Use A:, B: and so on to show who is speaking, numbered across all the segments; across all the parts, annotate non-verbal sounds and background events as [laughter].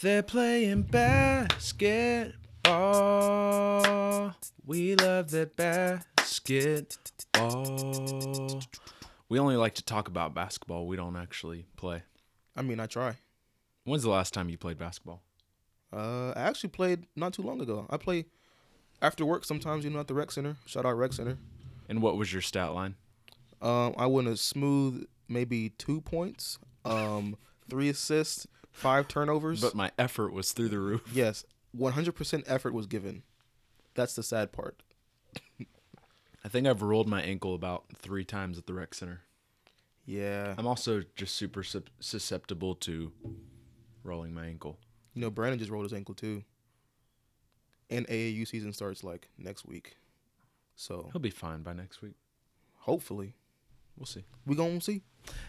A: They're playing basketball. We love the basketball. We only like to talk about basketball. We don't actually play.
B: I mean, I try.
A: When's the last time you played basketball?
B: Uh, I actually played not too long ago. I play after work sometimes, you know, at the rec center. Shout out rec center.
A: And what was your stat line?
B: Um, I won a smooth maybe two points, um, three assists, five turnovers.
A: But my effort was through the roof. [laughs]
B: yes, 100% effort was given. That's the sad part.
A: I think I've rolled my ankle about three times at the rec center.
B: Yeah.
A: I'm also just super sup- susceptible to rolling my ankle.
B: You know, Brandon just rolled his ankle too. And AAU season starts like next week. So
A: He'll be fine by next week.
B: hopefully
A: We'll see.
B: we gonna see.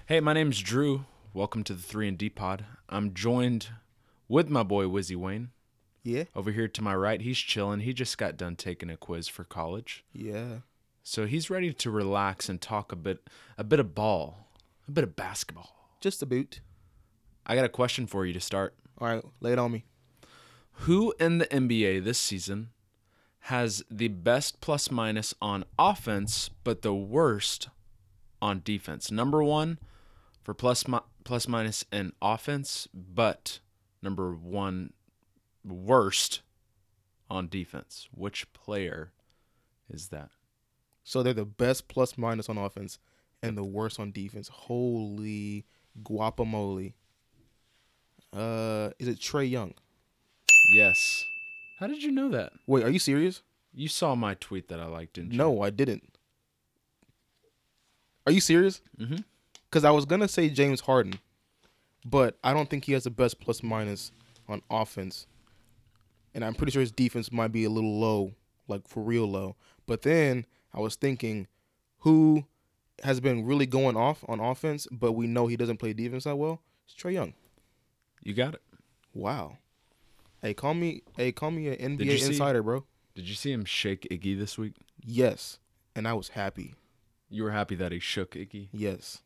A: Hey, my name's Drew. Welcome to the 3 and D Pod. I'm joined with my boy Wizzy Wayne.
B: Yeah.
A: Over here to my right, he's chilling. He just got done taking a quiz for college.
B: Yeah.
A: So he's ready to relax and talk a bit a bit of ball, a bit of basketball.
B: Just a boot.
A: I got a question for you to start.
B: All right, lay it on me.
A: Who in the NBA this season has the best plus minus on offense, but the worst on defense? Number one for plus mi- plus minus in offense, but number one worst on defense. Which player is that?
B: So they're the best plus minus on offense and the worst on defense. Holy guacamole. Uh is it Trey Young?
A: Yes. How did you know that?
B: Wait, are you serious?
A: You saw my tweet that I liked, didn't you?
B: No, I didn't. Are you serious?
A: Mhm.
B: Because I was gonna say James Harden, but I don't think he has the best plus minus on offense, and I'm pretty sure his defense might be a little low, like for real low. But then I was thinking, who has been really going off on offense, but we know he doesn't play defense that well? It's Trey Young.
A: You got it.
B: Wow. Hey, call me. Hey, call me
A: you
B: an NBA
A: see-
B: insider, bro.
A: Did you see him shake Iggy this week?
B: Yes, and I was happy.
A: You were happy that he shook Iggy.
B: Yes.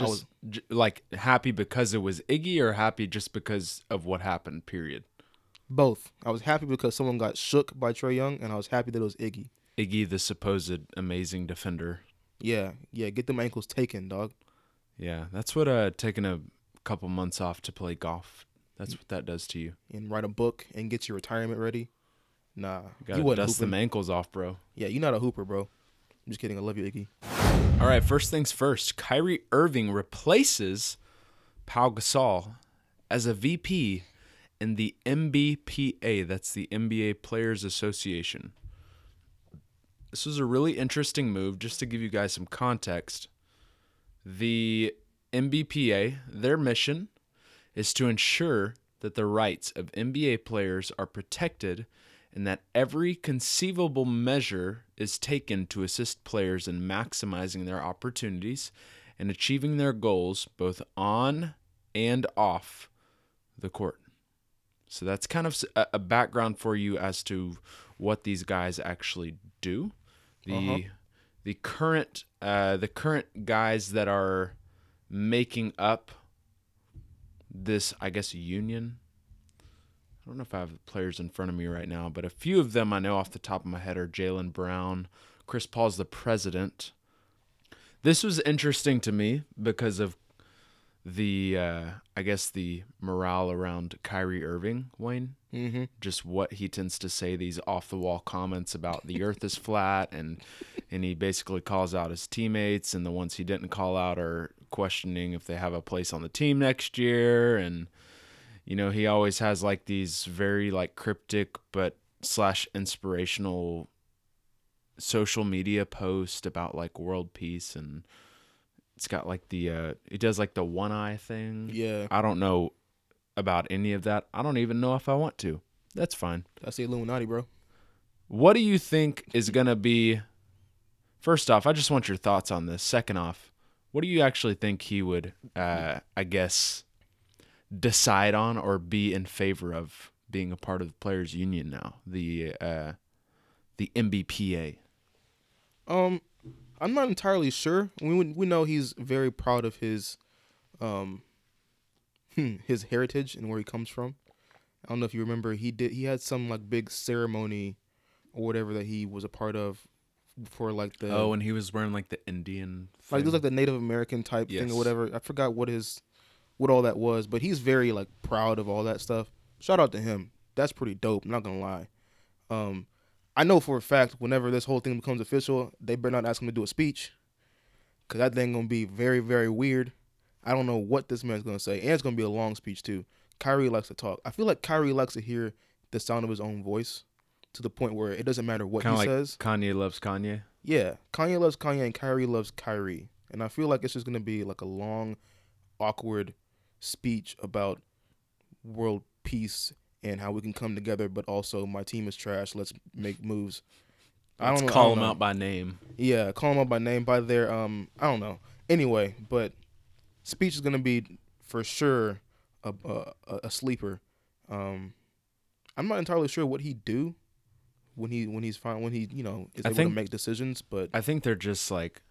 B: I
A: just j- like happy because it was Iggy or happy just because of what happened period
B: Both. I was happy because someone got shook by Trey Young, and I was happy that it was Iggy.
A: Iggy the supposed amazing defender
B: Yeah, yeah. Get them ankles taken, dog.
A: yeah that's what uh taking a couple months off to play golf that's what that does to you
B: And write a book and get your retirement ready. Nah, you,
A: gotta
B: wasn't
A: dust
B: hooping.
A: them ankles off bro
B: Yeah, you're not a hooper, bro. I'm just kidding. I love you, Iggy.
A: all right first things first Kyrie Irving replaces Pau Gasol as a VP in the MBPA that's the NBA Players Association this was a really interesting move just to give you guys some context the mbpa their mission is to ensure that the rights of nba players are protected and that every conceivable measure is taken to assist players in maximizing their opportunities and achieving their goals both on and off the court so that's kind of s- a, a background for you as to what these guys actually do. The the current uh, the current guys that are making up this, I guess, union. I don't know if I have the players in front of me right now, but a few of them I know off the top of my head are Jalen Brown, Chris Paul's the president. This was interesting to me because of the uh, I guess the morale around Kyrie Irving, Wayne.
B: Mm-hmm.
A: Just what he tends to say these off the wall comments about the earth is flat and and he basically calls out his teammates and the ones he didn't call out are questioning if they have a place on the team next year and you know he always has like these very like cryptic but slash inspirational social media post about like world peace and it's got like the uh he does like the one eye thing
B: Yeah,
A: i don't know about any of that i don't even know if i want to that's fine
B: I say Illuminati, bro.
A: what do you think is going to be first off i just want your thoughts on this second off what do you actually think he would uh i guess decide on or be in favor of being a part of the players union now the uh the mbpa
B: Um, I'm not entirely sure. We we know he's very proud of his, um, his heritage and where he comes from. I don't know if you remember he did he had some like big ceremony or whatever that he was a part of for like the
A: Oh, and he was wearing like the Indian.
B: like it was
A: thing.
B: like the Native American type thing
A: Yes.
B: or whatever. I forgot what his what all that was, but he's very like proud of all that stuff. Shout out to him. That's pretty dope. I'm not gonna lie. Um, I know for a fact whenever this whole thing becomes official, they better not ask him to do a speech, cause that thing gonna be very very weird. I don't know what this man's gonna say, and it's gonna be a long speech too. Kyrie likes to talk. I feel like Kyrie likes to hear the sound of his own voice to the point where it doesn't matter what
A: Kinda
B: he
A: like
B: says.
A: Kanye loves Kanye.
B: Yeah, Kanye loves Kanye and Kyrie loves Kyrie. And I feel like it's just going to be like a long, awkward speech about world peace and how we can come together, but also my team is trash. Let's make moves. I
A: Let's
B: don't know- I
A: call
B: don't
A: him
B: know.
A: out by name.
B: Yeah, call them out by name, by their um, I don't know. Anyway, but speech is gonna be for sure a a, a sleeper. Um, I'm not entirely sure what he do when he when he's fine when he you know is
A: I
B: able
A: think-
B: to make decisions, but
A: I think they're just like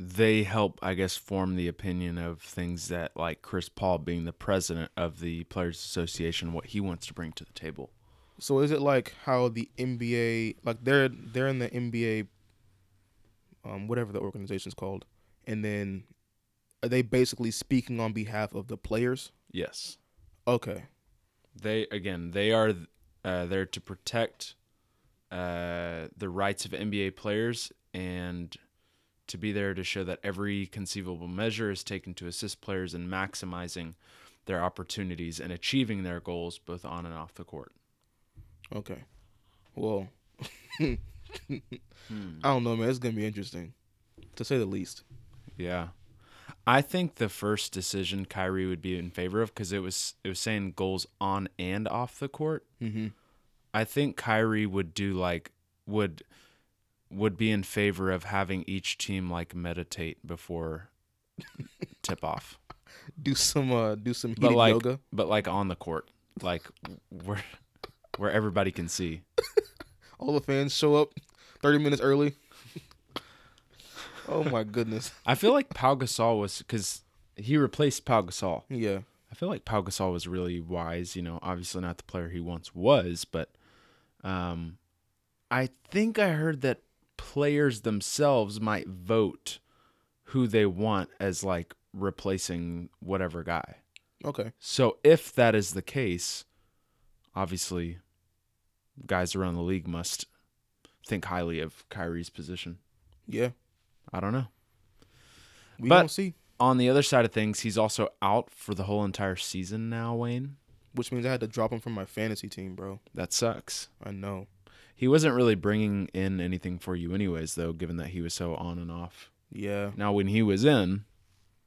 A: they help, I guess, form the opinion of things that like Chris Paul being the president of the Players Association, what he wants to bring to the table.
B: So is it like how the NBA, like they're they're in the NBA, um, whatever the organization's called, and then are they basically speaking on behalf of the players?
A: Yes.
B: Okay,
A: they again they are uh, there to protect uh, the rights of NBA players and to be there to show that every conceivable measure is taken to assist players in maximizing their opportunities and achieving their goals both on and off the court.
B: okay. Well, [laughs] I
A: Hmm.
B: don't know, man. It's gonna be interesting, to say the least.
A: Yeah. I think the first decision Kyrie would be in favor of because it was it was saying goals on and off the court.
B: Mhm.
A: I think Kyrie would do like would would be in favor of having each team like meditate before tip off,
B: Do some uh, do some
A: but
B: heated
A: like
B: yoga.
A: but like on the court, like where where everybody can see.
B: All the fans show up thirty minutes early. [laughs] oh my goodness.
A: I feel like Pau Gasol was because he replaced Pau Gasol.
B: Yeah.
A: I feel like Pau Gasol was really wise. You know, obviously not the player he once was, but um, I think I heard that players themselves might vote who they want as like replacing whatever guy.
B: Okay.
A: So if that is the case, obviously guys around the league must think highly of Kyrie's position.
B: Yeah.
A: I don't know.
B: We
A: But-
B: don't see.
A: On the other side of things, he's also out for the whole entire season now, Wayne.
B: which means I had to drop him from my fantasy team, bro.
A: That sucks.
B: I know.
A: He wasn't really bringing in anything for you, anyways, though, given that he was so on and off.
B: Yeah.
A: Now, when he was in,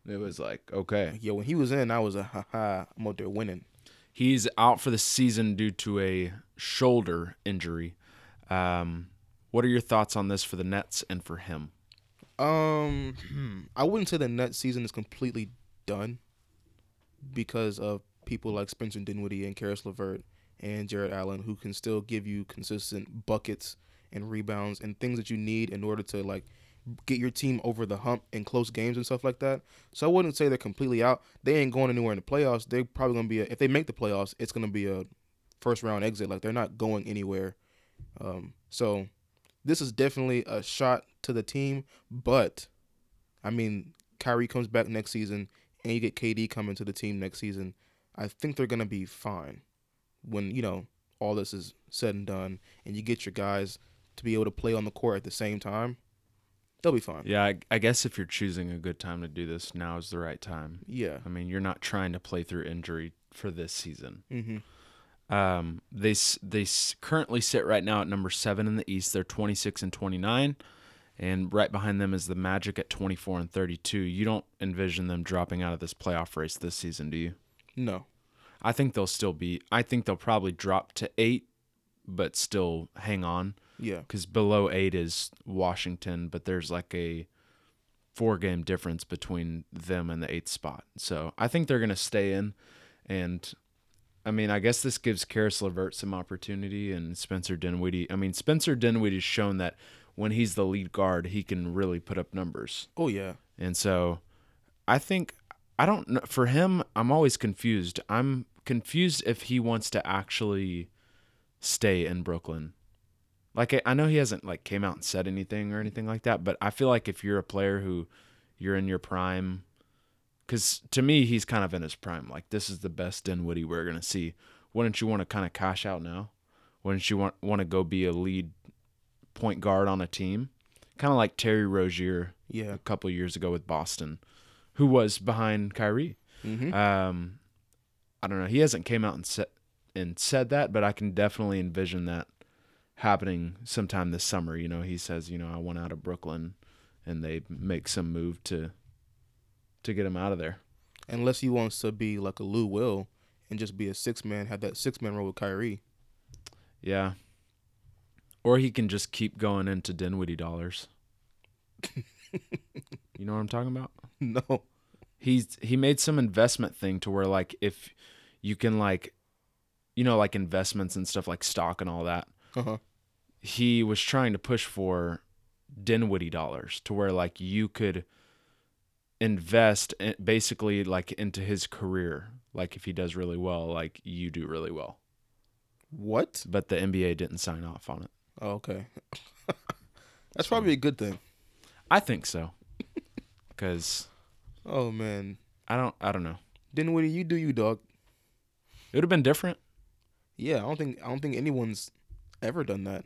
A: it was like, okay.
B: Yeah, when he was in, I was a ha ha. I'm out there winning.
A: He's out for the season due to a shoulder injury. Um, what are your thoughts on this for the Nets and for him?
B: Um, hmm, I wouldn't say the Nets season is completely done because of people like Spencer Dinwiddie and Karis LeVert and Jared Allen who can still give you consistent buckets and rebounds and things that you need in order to like get your team over the hump in close games and stuff like that. So I wouldn't say they're completely out. They ain't going anywhere in the playoffs. They're probably gonna be a, if they make the playoffs, it's gonna be a first round exit. Like they're not going anywhere. Um, so this is definitely a shot to the team, but I mean, Kyrie comes back next season and you get KD coming to the team next season. I think they're going to be fine when, you know, all this is said and done and you get your guys to be able to play on the court at the same time. They'll be fine.
A: Yeah, I, I guess if you're choosing a good time to do this, now is the right time.
B: Yeah.
A: I mean, you're not trying to play through injury for this season.
B: hmm
A: Um, they s- they s- currently sit right now at number seven in the East. They're 26 and 29, and right behind them is the Magic at 24 and 32. You don't envision them dropping out of this playoff race this season, do you?
B: No.
A: I think they'll still be. I think they'll probably drop to eight, but still hang on
B: Yeah.
A: because below eight is Washington, but there's like a four game difference between them and the eighth spot. So I think they're gonna stay in, and I mean I guess this gives Karis Levert some opportunity and Spencer Dinwiddie. I mean Spencer Dinwiddie's shown that when he's the lead guard, he can really put up numbers,
B: Oh, yeah.
A: and so I think. I don't know. For him, I'm always confused. I'm confused if he wants to actually stay in Brooklyn. Like I, I know he hasn't like came out and said anything or anything like that, but I feel like if you're a player who you're in your prime, because to me he's kind of in his prime. Like this is the best Dinwiddie we're gonna see. Wouldn't you want to kind of cash out now? Wouldn't you want want to go be a lead point guard on a team? Kind of like Terry Rozier
B: Yeah.
A: a couple years ago with Boston, who was behind Kyrie.
B: Mm-hmm.
A: Um, I don't know. He hasn't came out and said and said that, but I can definitely envision that happening sometime this summer. You know, he says, you know, I want out of Brooklyn, and they make some move to to get him out of there.
B: Unless he wants to be like a Lou Will and just be a six man, have that six man role with Kyrie. [laughs]
A: Yeah. Or he can just keep going into Dinwiddie dollars. you know what I'm talking about?
B: no.
A: he's he made some investment thing to where like if you can like you know like investments and stuff like stock and all that
B: Uh-huh.
A: he was trying to push for Dinwiddie dollars to where like you could invest in, basically like into his career like if he does really well like you do really well
B: What?
A: but the NBA didn't sign off on it
B: Oh, okay. [laughs] That's probably a good thing.
A: I think so [laughs] cuz
B: Oh man.
A: I don't I don't know
B: Dinwiddie, you do you, dog.
A: it would have been different
B: Yeah, I don't think I don't think anyone's ever done that.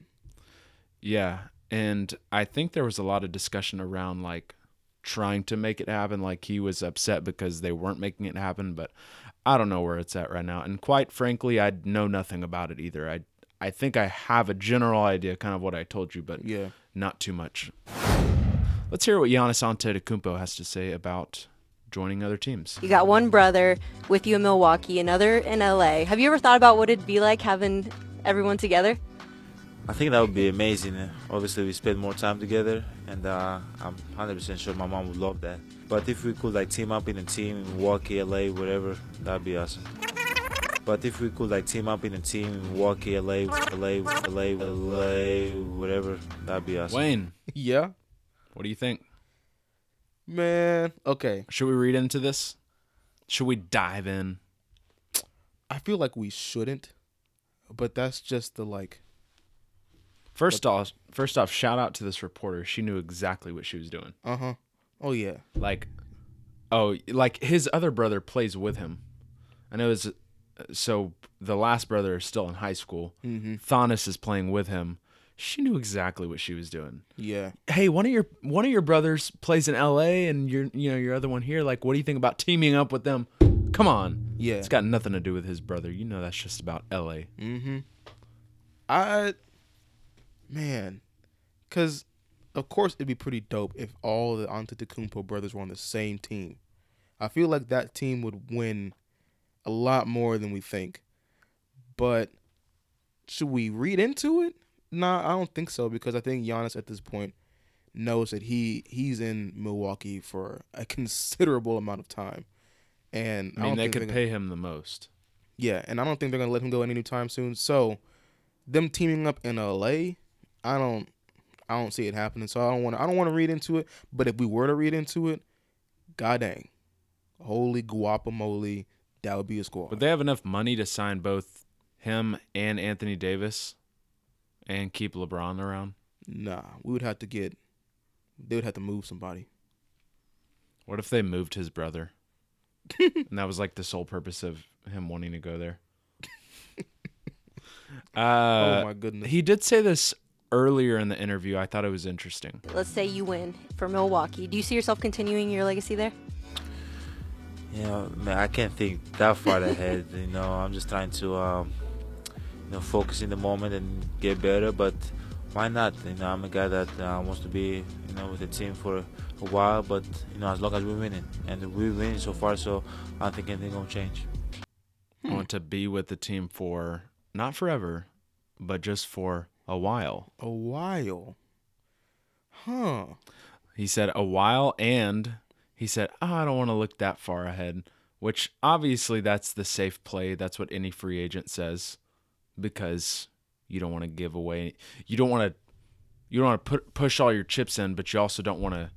A: Yeah. And I think there was a lot of discussion around like trying to make it happen. Like he was upset because they weren't making it happen, but I don't know where it's at right now. And quite frankly, I know nothing about it either. I I think I have a general idea, kind of what I told you, but
B: Yeah.
A: not too much. Let's hear what Giannis Antetokounmpo has to say about joining other teams.
C: You got one brother with you in Milwaukee, another in LA. Have you ever thought about what it'd be like having everyone together?
D: I think that would be amazing. eh? Obviously, we spend more time together, and uh, I'm 100% sure my mom would love that. But if we could like team up in a team, in Milwaukee, LA, whatever, that'd be awesome. But if we could like team up in a team, E in Milwaukee, LA, LA, LA, LA, E whatever, that'd be
A: [laughs]
D: awesome.
A: Wayne,
B: [laughs] Yeah.
A: what do you think?
B: Man. Okay.
A: Should we read into this? Should we dive in?
B: I feel like we shouldn't, but that's just the like
A: First off, first off, shout out to this reporter. She knew exactly what she was doing.
B: uh huh. Oh yeah.
A: Like, oh, like his other brother plays with him. I know his. So the last brother is still in high school.
B: Mm-hmm.
A: mm Thonis is playing with him. She knew exactly what she was doing.
B: Yeah.
A: Hey, one of your one of your brothers plays in L.A. and your you know your other one here. Like, what do you think about teaming up with them? Come on,
B: Yeah.
A: it's got nothing to do with his brother. You know that's just about L.A.
B: Mm-hmm. I, man, because of course it'd be pretty dope if all the Antetokounmpo brothers were on the same team. I feel like that team would win a lot more than we think. But should we read into it? Nah, I don't think so because I think Giannis at this point knows that he he's in Milwaukee for a [laughs] considerable amount of time. And
A: I mean,
B: don't
A: they
B: think
A: could
B: they're
A: pay him the most.
B: yeah, and I don't think they're gonna let him go any time soon. So them teaming up in LA, I don't I don't see it happening. So I don't wanna I don't wanna read into it. But if we were to read into it, god dang. Holy guapamole, that would be a squad.
A: Would they have enough money to sign both him and Anthony Davis and keep LeBron around?
B: nah, we would have to get they would have to move somebody.
A: What if they moved his brother? and that was like the sole purpose of him wanting to go there. Uh,
B: oh my goodness.
A: He did say this earlier in the interview. I thought it was interesting.
C: Let's say you win for Milwaukee. Do you see yourself continuing your legacy there?
D: You know, man, I can't think that far ahead. [laughs] You know, I'm just trying to, um, you know, focus in the moment and get better. But why not? You know, I'm a guy that uh, wants to be, you know, with the team for a while. But you know, as long as we're winning, and we're winning so far, so I don't think anything gonna change.
A: I want to be with the team for not forever, but just for a while.
B: a while. Huh.
A: He said a while and he said, oh, I don't want to look that far ahead, which obviously that's the safe play. That's what any free agent says because you don't want to give away. You don't want to you don't want to put push all your chips in, but you also don't want to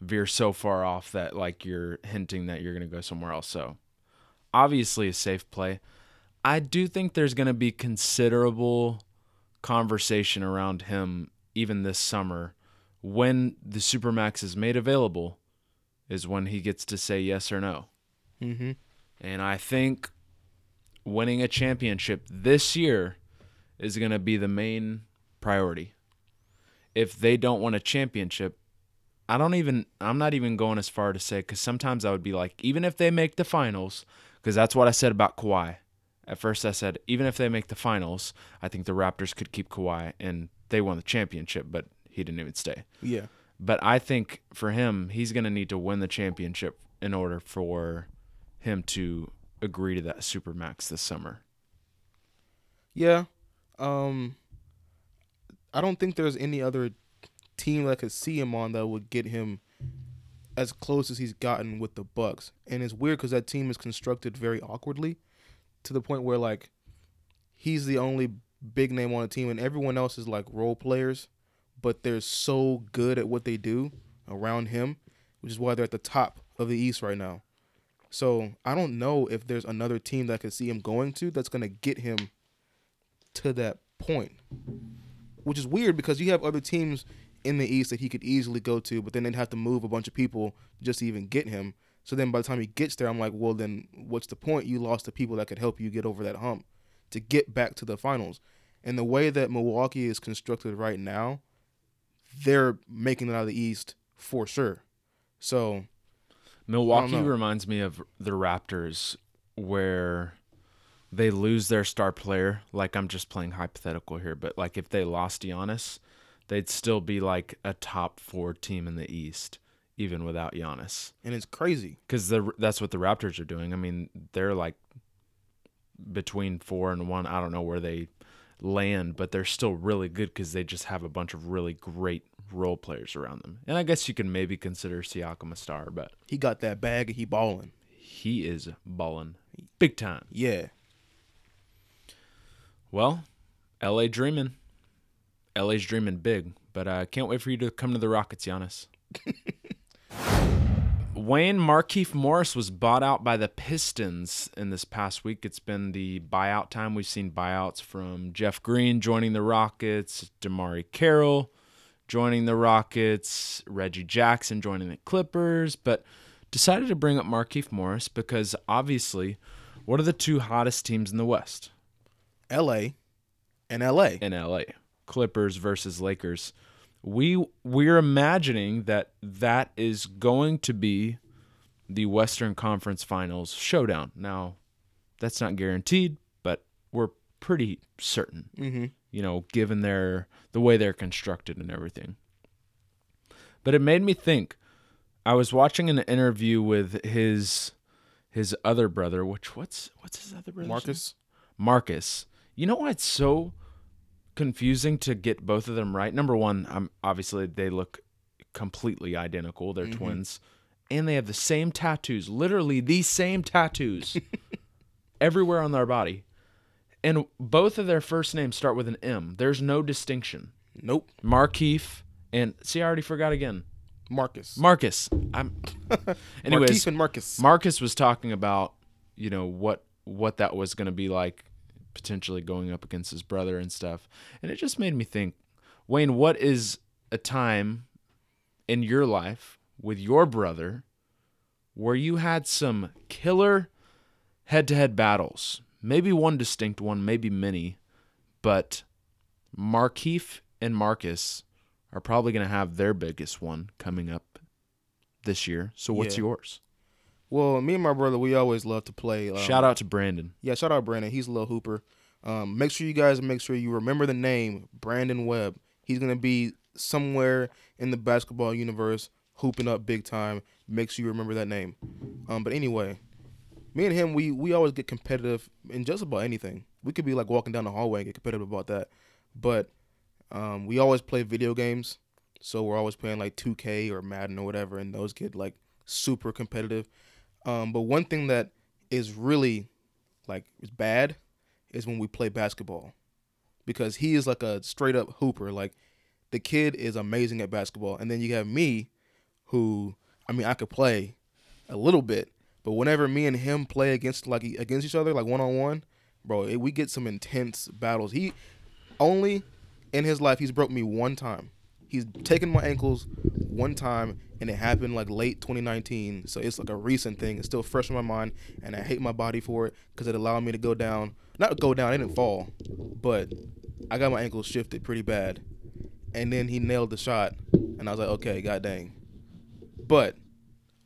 A: veer so far off that like you're hinting that you're going to go somewhere else. So obviously a safe play. I do think there's going to be considerable conversation around him even this summer when the supermax is made available is when he gets to say yes or no.
B: Mm-hmm.
A: And I think winning a championship this year is going to be the main priority. If they don't want a championship, I don't even, I'm not even going as far to say, because sometimes I would be like, even if they make the finals, because that's what I said about Kawhi. At first, I said, even if they make the finals, I think the Raptors could keep Kawhi and they won the championship, but he didn't even stay.
B: Yeah.
A: But I think for him, he's going to need to win the championship in order for him to agree to that supermax this summer.
B: Yeah. Um I don't think there's any other team that could see him on that would get him as close as he's gotten with the Bucks. And it's weird cuz that team is constructed very awkwardly to the point where like he's the only big name on the team and everyone else is like role players, but they're so good at what they do around him, which is why they're at the top of the East right now. So I don't know if there's another team that I could see him going to that's going to get him to that point, which is weird because you have other teams in the East that he could easily go to, but then they'd have to move a bunch of people just to even get him. So then by the time he gets there, I'm like, well, then what's the point? You lost the people that could help you get over that hump to get back to the finals. And the way that Milwaukee is constructed right now, they're making it out of the East for sure. So
A: Milwaukee
B: know.
A: reminds me of the Raptors where they lose their star player. Like I'm just playing hypothetical here, but like if they lost Giannis, they'd still be like a top 4 team in the East even without Giannis.
B: and it's crazy.
A: Cuz the that's what the Raptors are doing. I mean, they're like between 4 and 1. I don't know where they land, but they're still really good cuz they just have a bunch of really great role players around them. And I guess you can maybe consider Siakam a star, but
B: He got that bag and he balling.
A: he is balling big time.
B: Yeah.
A: Well, LA dreaming. LA's dreaming big, but I can't wait for you to come to the Rockets, Giannis. [laughs] Wayne Markeith Morris was bought out by the Pistons in this past week. It's been the buyout time. We've seen buyouts from Jeff Green joining the Rockets, Damari Carroll joining the Rockets, Reggie Jackson joining the Clippers, but decided to bring up Markeith Morris because obviously, what are the two hottest teams in the West?
B: LA and LA.
A: in LA. Clippers versus Lakers. We we're imagining that that is going to be the Western Conference Finals showdown. Now, that's not guaranteed, but we're pretty certain. Mm-hmm. You know, given their the way they're constructed and everything. But it made me think. I was watching an interview with his his other brother, which what's what's his other brother?
B: Marcus.
A: Marcus. You know why it's so confusing to get both of them right? Number one, um, obviously they look completely identical. They're twins, and they have the same tattoos. Literally the same tattoos everywhere on their body, and both of their first names start with an M. There's no distinction.
B: Nope.
A: Markeef and see, I already forgot again.
B: Marcus.
A: Marcus. I'm. Anyways,
B: Markeith and Marcus.
A: Marcus was talking about, you know, what what that was going to be like potentially going up against his brother and stuff. And it just made me think, Wayne, what is a time in your life with your brother where you had some killer head-to-head battles? Maybe one distinct one, maybe many, but Markeef and Marcus are probably going to have their biggest one coming up this year. So what's
B: Yeah.
A: yours?
B: well, me and my brother, we always love to play. Um,
A: Shout out to Brandon.
B: Yeah, shout out Brandon. He's a little hooper. Um, make sure you guys make sure you remember the name Brandon Webb. He's gonna be somewhere in the basketball universe hooping up big time. Make sure you remember that name. Um, but anyway, me and him, we we always get competitive in just about anything. We could be like walking down the hallway and get competitive about that. But um, we always play video games, so we're always playing like 2K or Madden or whatever, and those get like super competitive. Um, but one thing that is really like is bad is when we play basketball because he is like a straight up hooper. Like the kid is amazing at basketball, and then you have me who I mean I could play a little bit, but whenever me and him play against like e, against each other like one on one, bro, it, we get some intense battles. He only in his life he's broke me one time. He's taken my ankles one time, and it happened like late 2019. So it's like a recent thing. It's still fresh in my mind, and I hate my body for it because it allowed me to go down. Not go down, I didn't fall, but I got my ankles shifted pretty bad. And then he nailed the shot, and I was like, okay, god dang. But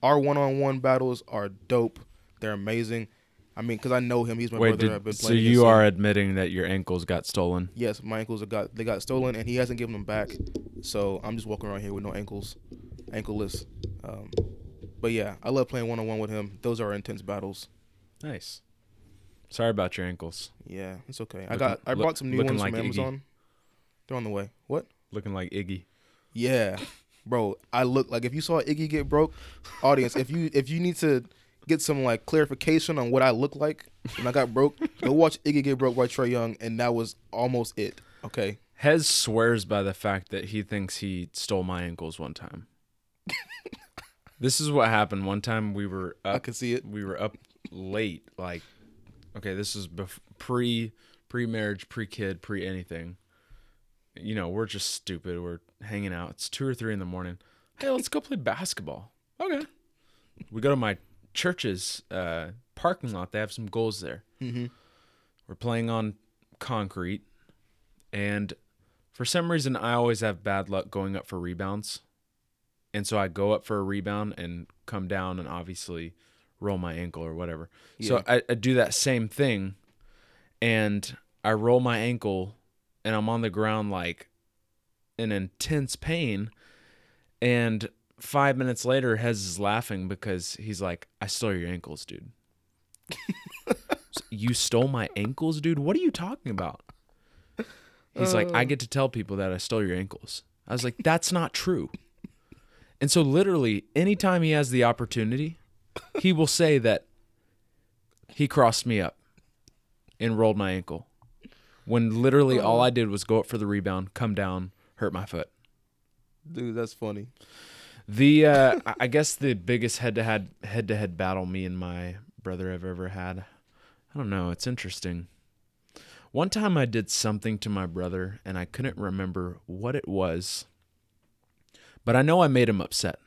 B: our one-on-one battles are dope. They're amazing. I mean, because I know him. He's my
A: Wait,
B: brother.
A: did-
B: I've been
A: so
B: playing
A: you
B: against him.
A: are admitting that your ankles got stolen?
B: Yes, my ankles are got they got stolen, and he hasn't given them back. So I'm just walking around here with no ankles, ankleless. Um, but yeah, I love playing one on one with him. Those are intense battles.
A: Nice. Sorry about your ankles.
B: Yeah, it's okay. I
A: Looking-
B: got I
A: look-
B: bought some new
A: looking
B: ones
A: like
B: from
A: Iggy.
B: Amazon. They're on the way. What?
A: Looking like Iggy.
B: Yeah, bro. I look like if you saw Iggy get broke, audience. if you if you need to get some like clarification on what I look like when I got broke, go watch Iggy get broke by Trey Young, and that was almost it. Okay.
A: Hez swears by the fact that he thinks he stole my ankles one [laughs] time. this is what happened. One time we were up,
B: I can see it.
A: we were up late, like okay, this is bef- pre pre marriage, pre kid, pre anything. You know, we're just stupid. We're hanging out. It's two or three in the morning. Hey, let's go play basketball. Okay. We go to my church's uh, parking lot. They have some goals there. Mm-hmm. We're playing on concrete, and for some reason, I always have bad luck going up for rebounds. And so I go up for a rebound and come down and obviously roll my ankle or whatever. So I, I do that same thing and I roll my ankle and I'm on the ground like in intense pain. And five minutes later, Hez is laughing because he's like, I stole your ankles, dude. you stole my ankles, dude? What are you talking about? He's like, I get to tell people that I stole your ankles. I was like, that's not true. And so, literally, anytime he has the opportunity, he will say that he crossed me up and rolled my ankle. When literally all I did was go up for the rebound, come down, hurt my foot.
B: Dude, that's funny.
A: The uh, I- I guess the biggest head to head head to head battle me and my brother have ever had. I don't know. It's interesting. One time I did something to my brother and I couldn't remember what it was, but I know I made him upset.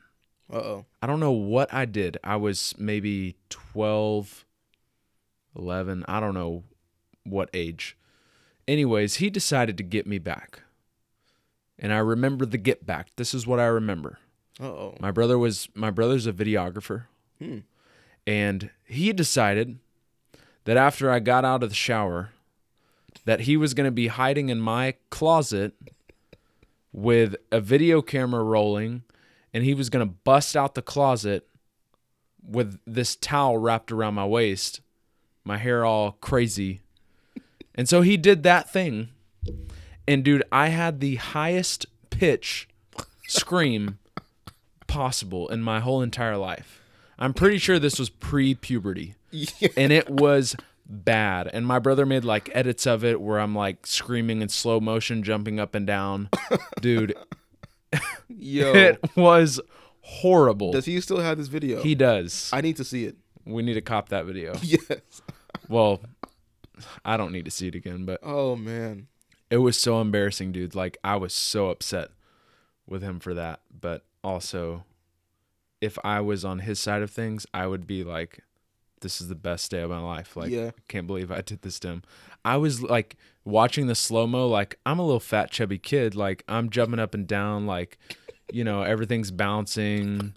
B: Uh oh.
A: I don't know what I did. I was maybe 12, 11, I don't know what age. Anyways, he decided to get me back. And I remember the get back. This is what I remember.
B: Uh oh.
A: My brother was my brother's a videographer. And he decided that after I got out of the shower that he was going to be hiding in my closet with a video camera rolling and he was going to bust out the closet with this towel wrapped around my waist, my hair all crazy. And so he did that thing. And dude, I had the highest pitch scream possible in my whole entire life. I'm pretty sure this was pre
B: [laughs]
A: puberty. And it was bad. And my brother made like edits of it where I'm like screaming in slow motion, jumping up and
B: [laughs]
A: down. Dude,
B: Yo,
A: [laughs] it was horrible.
B: Oh. does he still have this video?
A: he does.
B: I need to see it. [laughs]
A: we need to cop that video.
B: Yes.
A: well, I don't need to see it again, but
B: Oh man.
A: it was so embarrassing, dude. Like I was so upset with him for that, but also if I was on his side of things, I would be like this is the best day of my life. Like
B: Yeah.
A: I can't believe I did this to him. I was like watching the slow-mo like I'm a little fat chubby kid, like I'm jumping up and down like you know, everything's bouncing.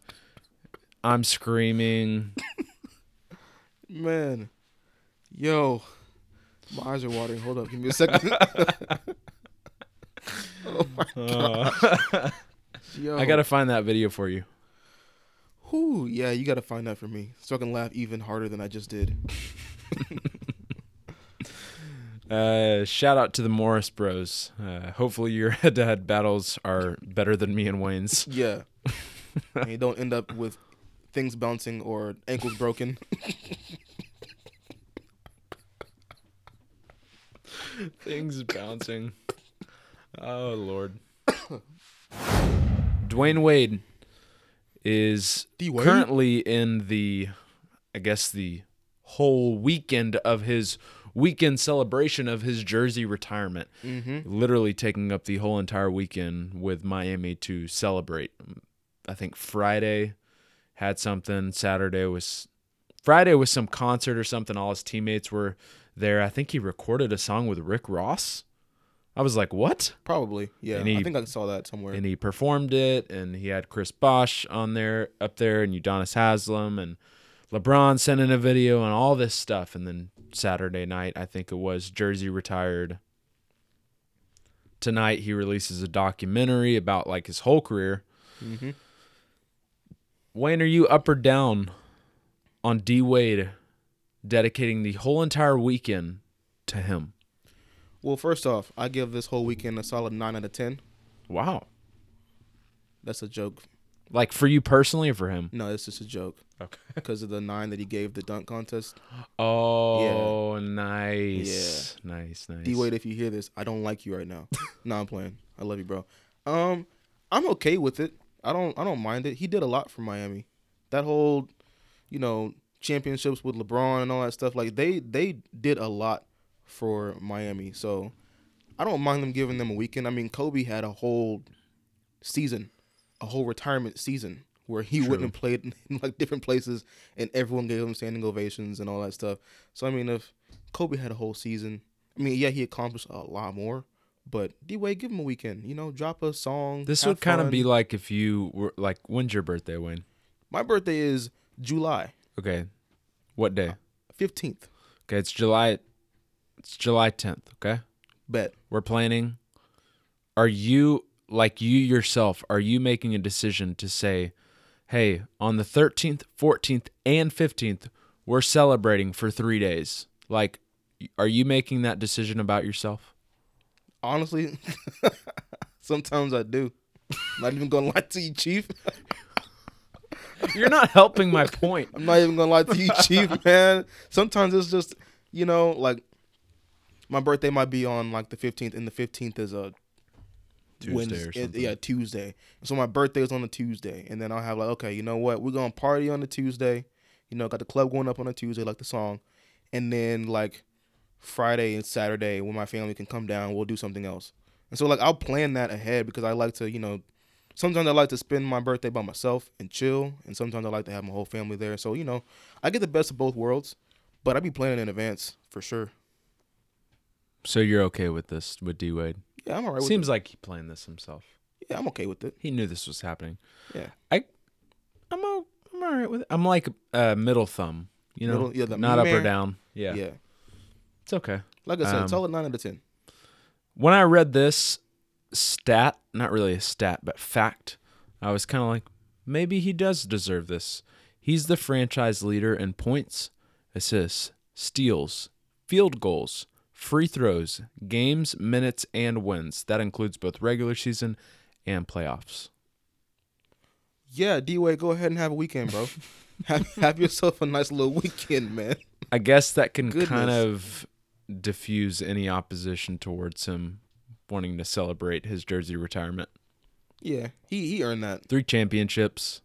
A: I'm screaming.
B: Man. Yo. My eyes are watering. Hold up. Give me a second. [laughs] Oh, Yo. [laughs]
A: I
B: Oh.
A: got to find that video for you.
B: Whew, yeah, you gotta find that for me. So I can laugh even harder than I just did.
A: Uh, shout out to the Morris Bros. Uh, hopefully your [laughs] head-to-head battles are better than me and Wayne's.
B: Yeah. and you don't end up with things bouncing or ankles broken. [laughs]
A: Things bouncing. [coughs] Oh Lord. Dwayne Wade is
B: D-Wade?
A: currently in the, I guess, the whole weekend of his weekend celebration of his jersey retirement. Literally taking up the whole entire weekend with Miami to celebrate. I think Friday had something, Saturday was Friday was some concert or something. All his teammates were there. I think he recorded a song with Rick Ross. I was like, what?
B: Probably. Yeah.
A: And he-
B: I think I saw that somewhere.
A: and he performed it and he had Chris Bosch on there up there and Udonis Haslam and LeBron sent in a video and all this stuff and then Saturday night I think it was Jersey retired. Tonight he releases a documentary about like his whole career. Wayne, are you up or down on D Wade dedicating the whole entire weekend to him?
B: well, first off, I give this whole weekend a solid 9 out of 10.
A: Wow.
B: That's a joke.
A: Like for you personally or for him?
B: No, it's just a joke
A: Okay.
B: because of the 9 that he gave the dunk contest.
A: Oh, nice. Nice, nice.
B: D Wade, if you hear this, I don't like you right now. no, I'm playing. I love you, bro. Um, I'm okay with it. I don't I don't mind it. He did a lot for Miami. That whole, you know, championships with LeBron and all that stuff. Like they they did a lot for Miami. So I don't mind them giving them a weekend. I mean, Kobe had a whole season, a whole retirement season where he wouldn't have played [laughs] in like different places and everyone gave him standing ovations and all that stuff. So I mean, if Kobe had a whole season, I mean, yeah, he accomplished a lot more. But D Wade, give him a weekend. You know, drop a song.
A: This
B: have
A: would kind of
B: fun.
A: be like if you were like, when's your birthday, Wayne?
B: my birthday is July
A: Okay. What day?
B: fifteenth.
A: Okay, it's July. It's July 10th. Okay.
B: Bet
A: We're planning. Are you, like you yourself, are you making a decision to say, hey, on the 13th, 14th, and 15th, we're celebrating for three days? Like, are you making that decision about yourself?
B: honestly, [laughs] sometimes I do. Not even gonna lie to you, Chief.
A: You're not helping [laughs] my point.
B: I'm not even gonna lie to you, Chief, man. Sometimes it's just, you know, like my birthday might be on like the 15th, and the 15th is a
A: Tuesday or
B: it-
A: something.
B: eh, yeah, Tuesday. So my birthday is on a Tuesday, and then I'll have like, okay, you know what? We're gonna party on a Tuesday. You know, got the club going up on a Tuesday, like the song, and then like Friday and Saturday when my family can come down, we'll do something else. And so like I'll plan that ahead because I like to, you know, sometimes I like to spend my birthday by myself and chill, and sometimes I like to have my whole family there. So you know, I get the best of both worlds, but I be planning in advance for sure.
A: So you're okay with this, with D Wade?
B: Yeah, I'm alright. with
A: Seems like he planned this himself.
B: it. Yeah, I'm okay with it.
A: He knew this was happening.
B: Yeah.
A: I, I'm all, I'm all right with it. I'm like a middle thumb, you know,
B: Middle- yeah, the
A: not up or
B: meh.
A: down. Yeah,
B: Yeah.
A: it's okay.
B: Like I said,
A: Um,
B: solid nine out of ten.
A: When I read this stat, not really a stat, but fact, I was kind of like, maybe he does deserve this. He's the franchise leader in points, assists, steals, field goals, free throws, games, minutes, and wins. That includes both regular season and playoffs.
B: Yeah, D Wade, go ahead and have a
A: [laughs]
B: weekend, bro. have, have yourself a nice little weekend, man.
A: I guess that can kind
B: Goodness.
A: of diffuse any opposition towards him wanting to celebrate his jersey retirement.
B: Yeah, he he earned that.
A: Three championships.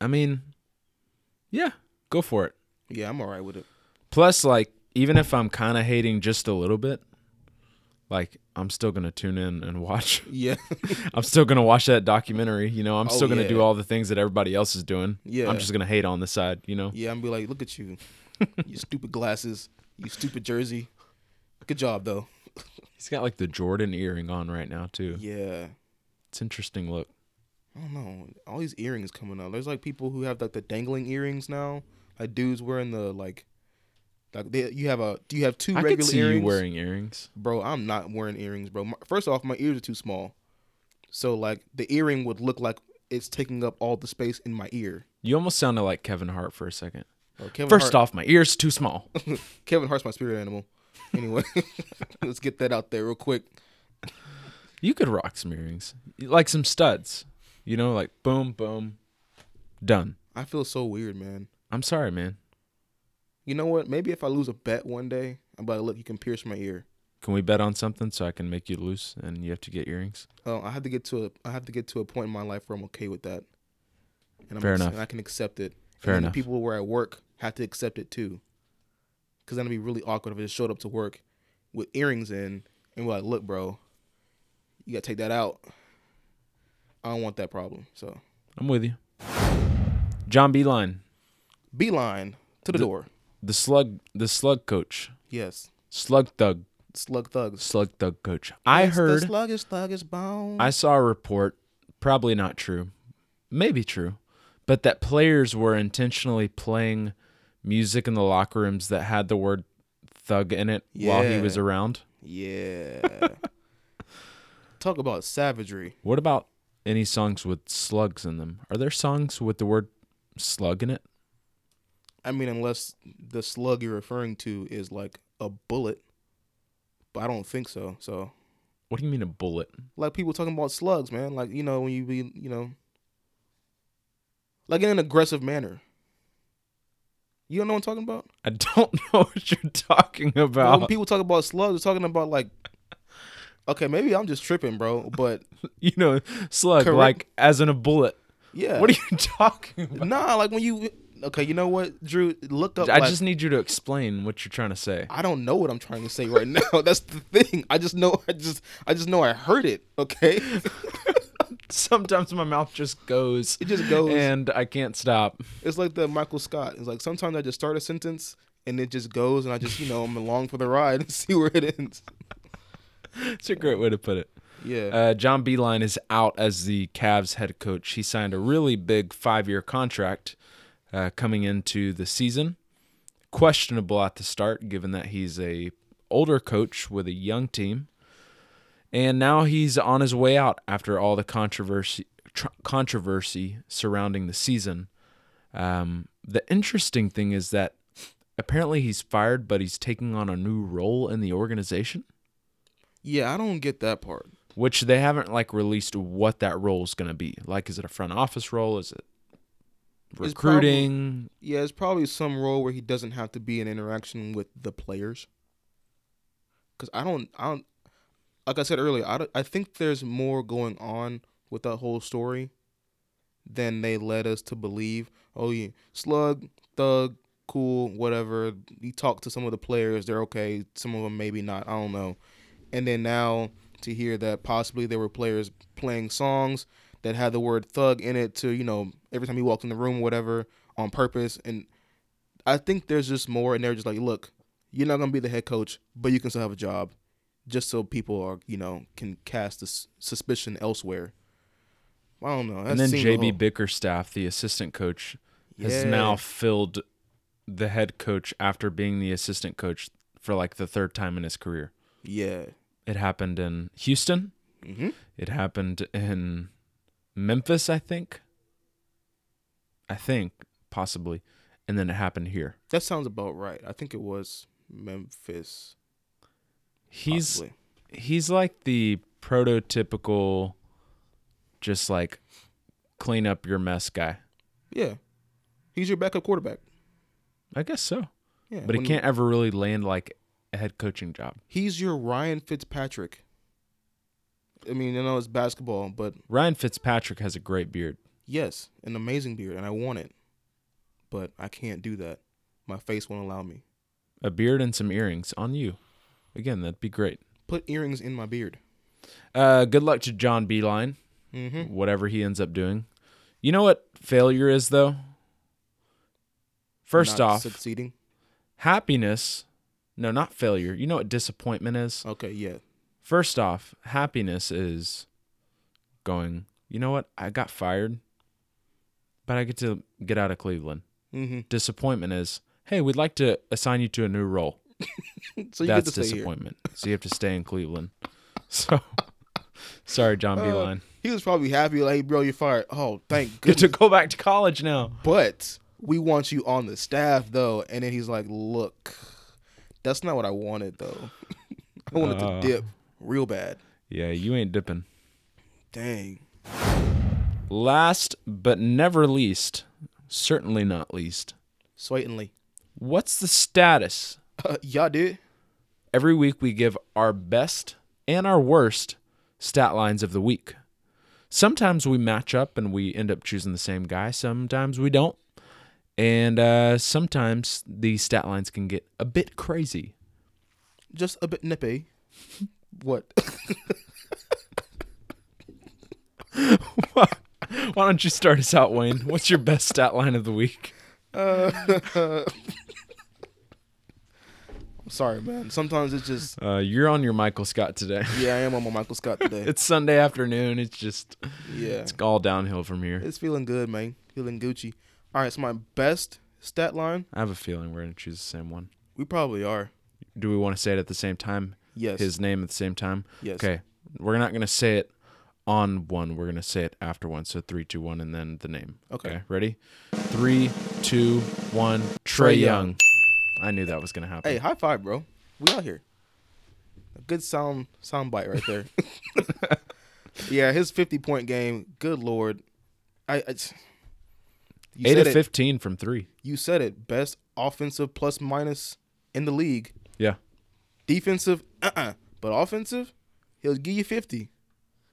A: I mean, yeah, go for it.
B: Yeah, I'm all right with it.
A: Plus, like, even if I'm kind of hating just a little bit, like, I'm still going to tune in and watch. [laughs]
B: Yeah,
A: I'm still going to watch that documentary. You know, I'm
B: Oh,
A: still going to
B: yeah.
A: do all the things that everybody else is doing.
B: Yeah.
A: I'm just going to hate on the side, you know?
B: [laughs] yeah, I'm be like, look at you, you stupid glasses, you stupid jersey. Good job though.
A: He's got, like, the Jordan earring on right now, too.
B: Yeah,
A: It's interesting look.
B: I don't know. All these earrings coming out. There's like people who have like the dangling earrings now. Like dudes wearing the like, like they, you have a do you have two
A: I
B: regular
A: could see
B: earrings?
A: you wearing earrings.
B: bro, I'm not wearing earrings, bro. My, first off, my ears are too small, so like the earring would look like it's taking up all the space in my ear.
A: You almost sounded like Kevin Hart for a second.
B: Bro, Kevin
A: First
B: Hart-
A: off, my ear's too small.
B: Kevin Hart's my spirit animal. Anyway, [laughs] let's get that out there real quick.
A: you could rock some earrings, like some studs. You know, like boom, boom, done.
B: I feel so weird, man.
A: I'm sorry, man.
B: You know what? Maybe if I lose a bet one day, I'm like, look, you can pierce my ear.
A: Can we bet on something so I can make you loose and you have to get earrings?
B: Oh, I have to get to a I have to get to a point in my life where I'm okay with that. And I'm
A: Fair
B: ex-
A: enough.
B: And I can accept it.
A: Fair
B: and then
A: enough.
B: The people where I work have to accept it too. Cause then it'd be really awkward if I just showed up to work with earrings in and we're like, look, bro, you gotta take that out. I don't want that problem. So
A: I'm with you. John Beeline,
B: beeline to the, door.
A: the slug, the slug coach,
B: Yes.
A: slug thug,
B: Slug thugs.
A: slug thug coach. I
B: It's the
A: heard,
B: sluggish thuggish bone.
A: I saw a report, probably not true, maybe true, but that players were intentionally playing music in the locker rooms that had the word thug in it while he
B: Yeah.
A: was around. [laughs]
B: yeah. Talk about savagery.
A: What about any songs with slugs in them? Are there songs with the word slug in it?
B: I mean, unless the slug you're referring to is like a bullet, but I don't think so. So,
A: What do you mean a bullet?
B: like people talking about slugs, man. Like you know when you be you know, like in an aggressive manner. You don't know what I'm talking about?
A: I don't [laughs] know what you're talking
B: Like,
A: about.
B: when people talk about slugs, they're talking about like, okay, maybe I'm just tripping, bro. But
A: you know, slug
B: Correct. Uh,
A: like as in a bullet.
B: yeah,
A: What are you [laughs] talking about?
B: [laughs] Nah, like when you okay, you know what, Drew? Look up.
A: I
B: like,
A: just need you to explain what you're trying to say. [laughs]
B: I don't know what I'm trying to say right [laughs] now. That's the thing. I just know. I just I just know I heard it. Okay.
A: [laughs] Sometimes my mouth just goes. It
B: just goes.
A: and I can't
B: [laughs]
A: stop.
B: It's like the Michael Scott. It's like sometimes I just start a sentence and it just goes, and I just you know I'm along for the ride and [laughs] see where it ends.
A: It's a great way to put it.
B: Yeah,
A: Uh, John Beeline is out as the Cavs head coach. He signed a really big five-year contract uh, coming into the season. Questionable at the start, given that he's a older coach with a young team, and now he's on his way out after all the controversy tr- controversy surrounding the season. Um, the interesting thing is that apparently he's fired, but he's taking on a new role in the organization
B: yeah. I don't get that part.
A: which they haven't like released what that role is going to be. Like, is it a front office role? Is it
B: It's
A: recruiting?
B: Yeah, it's probably some role where he doesn't have to be in interaction with the players. Cause I don't, I don't. Like I said earlier, I, don't- I think there's more going on with that whole story than they led us to believe. Oh yeah, slug, thug, cool, whatever. He talked to some of the players; they're okay. Some of them maybe not. I don't know. And then now to hear that possibly there were players playing songs that had the word thug in it to you know every time he walked in the room, whatever, on purpose. And I think there's just more, and they're just like, look, you're not gonna be the head coach, but you can still have a job, just so people are you know can cast this suspicion elsewhere. I don't know. That
A: and then
B: seems a
A: JB
B: little-
A: Bickerstaff, the assistant coach, has
B: Yeah.
A: now filled the head coach after being the assistant coach for like the third time in his career.
B: Yeah.
A: It happened in Houston.
B: Mm-hmm.
A: It happened in Memphis, I think. I think possibly, and then it happened here.
B: That sounds about right. I think it was Memphis.
A: He's
B: possibly.
A: he's like the prototypical just like clean up your mess guy.
B: yeah. He's your backup quarterback.
A: I guess so.
B: Yeah.
A: But he
B: when-
A: can't ever really land like a head coaching job.
B: He's your Ryan Fitzpatrick. I mean, I know it's basketball, but
A: Ryan Fitzpatrick has a great beard.
B: yes, an amazing beard, and I want it, but I can't do that. My face won't allow me.
A: A beard and some earrings on you. Again, that'd be great.
B: Put earrings in my beard.
A: Uh good luck to John Beeline,
B: Mm-hmm.
A: whatever he ends up doing. You know what failure is though? First off,
B: succeeding.
A: happiness no, not failure. You know what disappointment is?
B: Okay, yeah,
A: First off, happiness is going, you know what? I got fired, but I get to get out of Cleveland.
B: mm-hmm.
A: Disappointment is, hey, we'd like to assign you to a new role.
B: So you
A: That's
B: get to stay here.
A: disappointment. So you have to stay in Cleveland. [laughs] So sorry, John Beeline.
B: He was probably happy, like, bro, you're fired. Oh, thank
A: Get
B: Oh, goodness.
A: to go back to college now.
B: but we want you on the staff though and then he's like look that's not what i wanted though [laughs] i wanted
A: Uh.
B: to dip real bad
A: Yeah, you ain't dipping.
B: dang
A: Last but never least, certainly not least,
B: certainly
A: what's the status
B: uh, y'all did
A: Every week we give our best and our worst stat lines of the week. Sometimes we match up and we end up choosing the same guy, sometimes we don't. And uh, sometimes the stat lines can get a bit crazy.
B: Just a bit nippy. What? [laughs]
A: Why don't you start us out, Wayne? What's your best stat line of the week?
B: Uh, I'm sorry, man. Sometimes it's just
A: Uh, you're on your Michael Scott today. [laughs]
B: yeah. I am on my Michael Scott today.
A: It's Sunday afternoon. It's just
B: yeah,
A: it's all downhill from here.
B: it's feeling good, man. Feeling Gucci. All right, so my best stat line.
A: I have a feeling we're gonna choose the same one.
B: We probably are.
A: Do we want to say it at the same time?
B: Yes.
A: His name at the same time.
B: Yes.
A: Okay. We're not gonna say it on one. We're gonna say it after one. So three, two, one, and then the name.
B: Okay.
A: Ready? Three, two, one. Trey
B: Trae Young.
A: Young. I knew that was gonna happen.
B: Hey, high five, bro. We out here. A good sound sound bite right
A: [laughs]
B: there. yeah, his fifty point game. Good lord. I. I you
A: Eight
B: said
A: of
B: it.
A: fifteen from three.
B: You said it. Best offensive plus minus in the league.
A: Yeah.
B: Defensive, uh uh But offensive, he'll give you 50.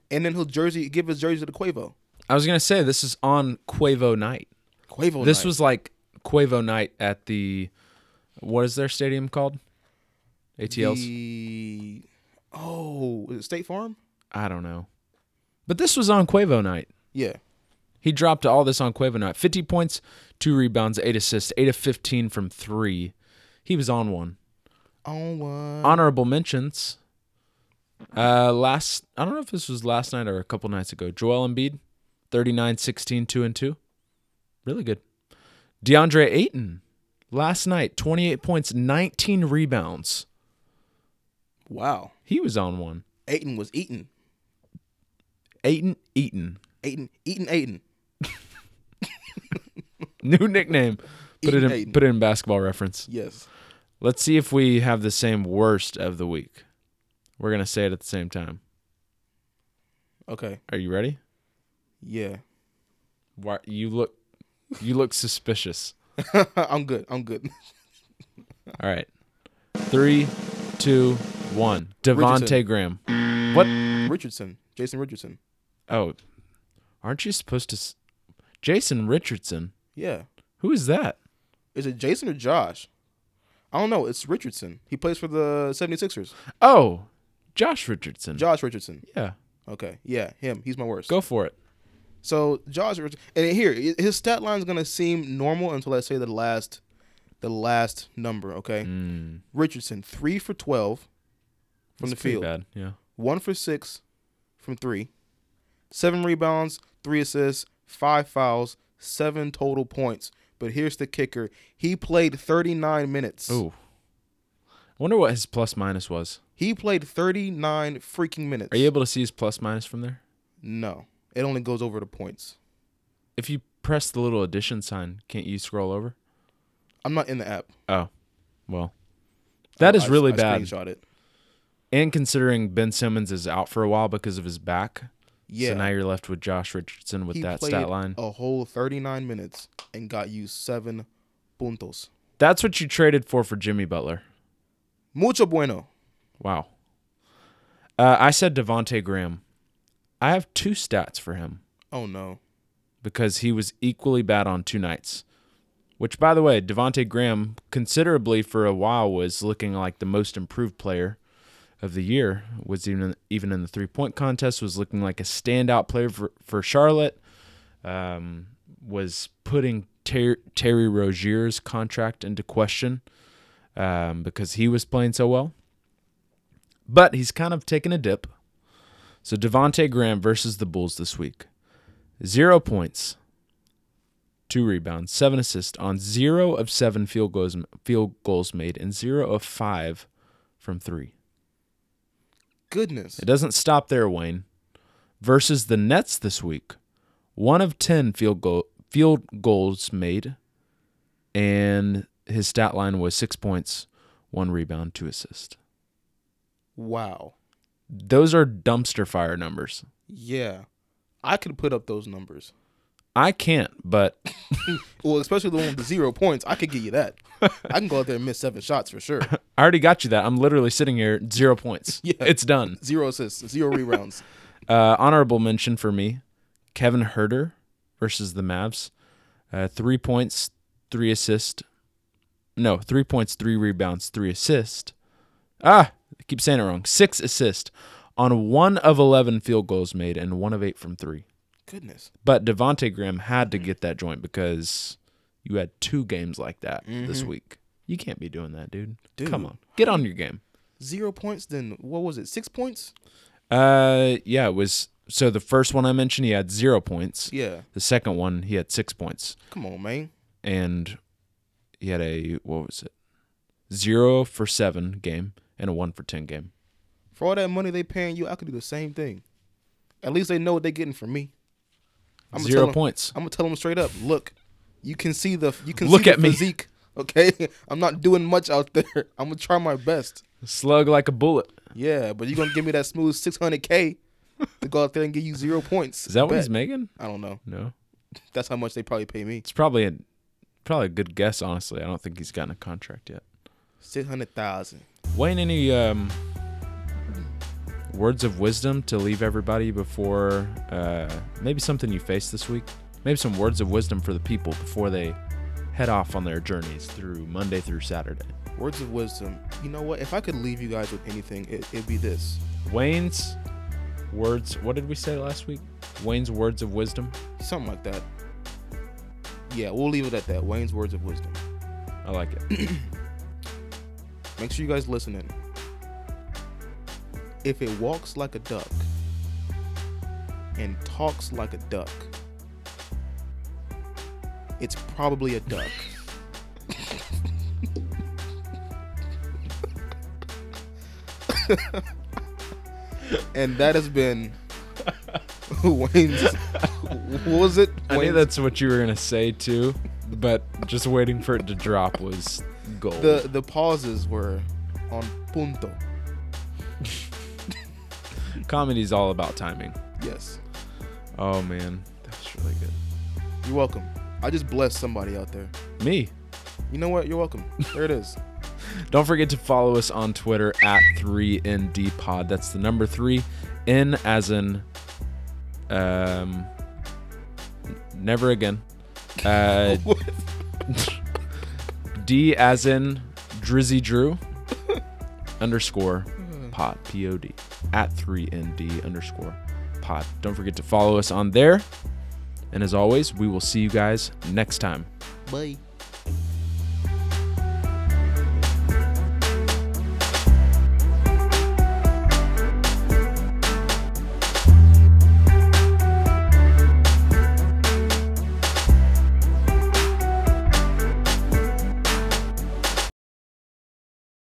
B: And then he'll jersey give his jersey to Quavo.
A: I was gonna say this is on Quavo night.
B: Quavo.
A: this
B: night.
A: was like Quavo night at the what is their stadium called? ATL's.
B: the. Oh, was it State Farm?
A: I don't know. But this was on Quavo night.
B: Yeah.
A: He dropped all this on Quavo night. 50 points, two rebounds, eight assists, eight of 15 from three. He was on one.
B: On one.
A: Honorable mentions. Uh, last I don't know if this was last night or a couple nights ago. Joel Embiid, 39, 16, 2 and 2. Really good. DeAndre Ayton, last night, 28 points, 19 rebounds.
B: Wow.
A: He was on one.
B: Aiton was eating.
A: Ayton Eaton. [laughs]
B: Aiton, eating Aiton.
A: New nickname. Put it in
B: Eaton Ayton.
A: put it in basketball reference.
B: Yes.
A: Let's see if we have the same worst of the week. We're gonna say it at the same time.
B: Okay.
A: Are you ready?
B: Yeah. [laughs]
A: Why you look you look suspicious.
B: I'm good.
A: [laughs]
B: I'm good.
A: All right. Three, two, one. Devonte Graham. What?
B: Richardson. Jason Richardson.
A: Oh, aren't you supposed to? S- Jason Richardson.
B: Yeah.
A: Who is that?
B: Is it Jason or Josh? I don't know. It's Richardson. He plays for the 76ers.
A: Oh, Josh Richardson.
B: Josh Richardson.
A: yeah,
B: Okay. Yeah, him. He's my worst.
A: go for it.
B: So Josh Richardson, and here i- his stat line's gonna seem normal until I say the last, the last number. Okay, Richardson three for twelve from
A: Hmm. That's
B: the
A: pretty
B: field,
A: Bad. Yeah.
B: one for six from three, seven rebounds, three assists, five fouls, seven total points. But here's the kicker: he played thirty nine minutes.
A: Oh. I wonder what his plus minus was.
B: He played thirty nine freaking minutes.
A: Are you able to see his plus minus from there?
B: No, it only goes over the points.
A: If you press the little addition sign, can't you scroll over?
B: I'm not in the app.
A: Oh, well, that is
B: I-
A: really
B: I
A: bad.
B: Screenshot it.
A: And considering Ben Simmons is out for a while because of his back,
B: Yeah.
A: so now you're left with Josh Richardson with
B: he
A: that
B: played
A: stat line.
B: a whole 39 minutes and got you seven puntos.
A: That's what you traded for for Jimmy Butler.
B: Mucho bueno.
A: Wow. Uh, I said Devonte Graham. I have two stats for him
B: Oh no.
A: because he was equally bad on two nights. Which, by the way, Devonte Graham considerably for a while was looking like the most improved player of the year. Was even even in the three point contest was looking like a standout player for for Charlotte. Um, was putting Ter- Terry Rozier's contract into question um, because he was playing so well. But he's kind of taken a dip. So Devonte Graham versus the Bulls this week zero points, two rebounds, seven assists on zero of seven field goals field goals made and zero of five from three.
B: Goodness.
A: It doesn't stop there, Wayne. Versus the Nets this week, one of ten field goal field goals made, and his stat line was six points, one rebound, two assists.
B: Wow.
A: Those are dumpster fire numbers.
B: Yeah. I could put up those numbers.
A: I can't, but
B: Well, especially the one with the zero points, I could give you that. I can go out there and miss seven shots
A: [laughs]
B: for sure.
A: I already got you that. I'm literally sitting here zero points.
B: Yeah.
A: It's done.
B: Zero assists, zero rebounds.
A: Uh, honorable mention for me Kevin Herder versus the Mavs. Uh, three points, three assist. No, three points, three rebounds, three assist. Ah, I keep saying it wrong. Six assist on one of 11 field goals made and one of eight from three.
B: Goodness.
A: But Devonte Graham had to get that joint because you had two games like that this week. You can't be doing that, dude.
B: Dude.
A: Come on, get on your game.
B: Zero points, then what was it? Six points?
A: Uh, yeah, it was. So the first one I mentioned, he had zero points.
B: Yeah.
A: The second one, he had six points,
B: Come on, man.
A: and he had a what was it? Zero for seven game and a one for ten game.
B: For all that money they paying you, I could do the same thing. At least they know what they're getting from me. I'm
A: Zero points.
B: I'm gonna tell them straight up. Look, you can see the you can
A: Look
B: see
A: at
B: the
A: me.
B: physique. Okay, [laughs] I'm not doing much out there. [laughs] I'm gonna try my best.
A: Slug like a bullet.
B: Yeah, but you're gonna give me that smooth 600k to go out there and give you zero points.
A: Is that what he's
B: Bet.
A: making?
B: I don't know.
A: No,
B: That's how much they probably pay me.
A: it's probably a probably a good guess. Honestly, I don't think he's gotten a contract yet.
B: Six hundred thousand.
A: Wayne, any um, words of wisdom to leave everybody before uh, maybe something you faced this week? Maybe some words of wisdom for the people before they head off on their journeys through Monday through Saturday.
B: Words of wisdom. You know what? If I could leave you guys with anything, it, it'd be this:
A: Wayne's words, what did we say last week? Wayne's words of wisdom.
B: something like that. Yeah, we'll leave it at that. Wayne's words of wisdom.
A: I like it.
B: Make sure you guys listening. If it walks like a duck and talks like a duck, it's probably
A: [laughs]
B: a duck. and that has been Wayne's. What was it?
A: I knew
B: Wayne's-
A: that's what you were going to say too, but just waiting for it to drop was gold.
B: the the pauses were on punto.
A: Comedy's all about timing.
B: Yes.
A: Oh man, that's really good.
B: You're welcome. I just blessed somebody out there.
A: Me,
B: You know what? You're welcome. There it is.
A: Don't forget to follow us on Twitter at 3ndpod. That's the number 3 N as in um never again. Uh D as in Drizzy Drew underscore pod P O D at 3nd underscore pod. Don't forget to follow us on there. And as always, we will see you guys next time.
B: Bye.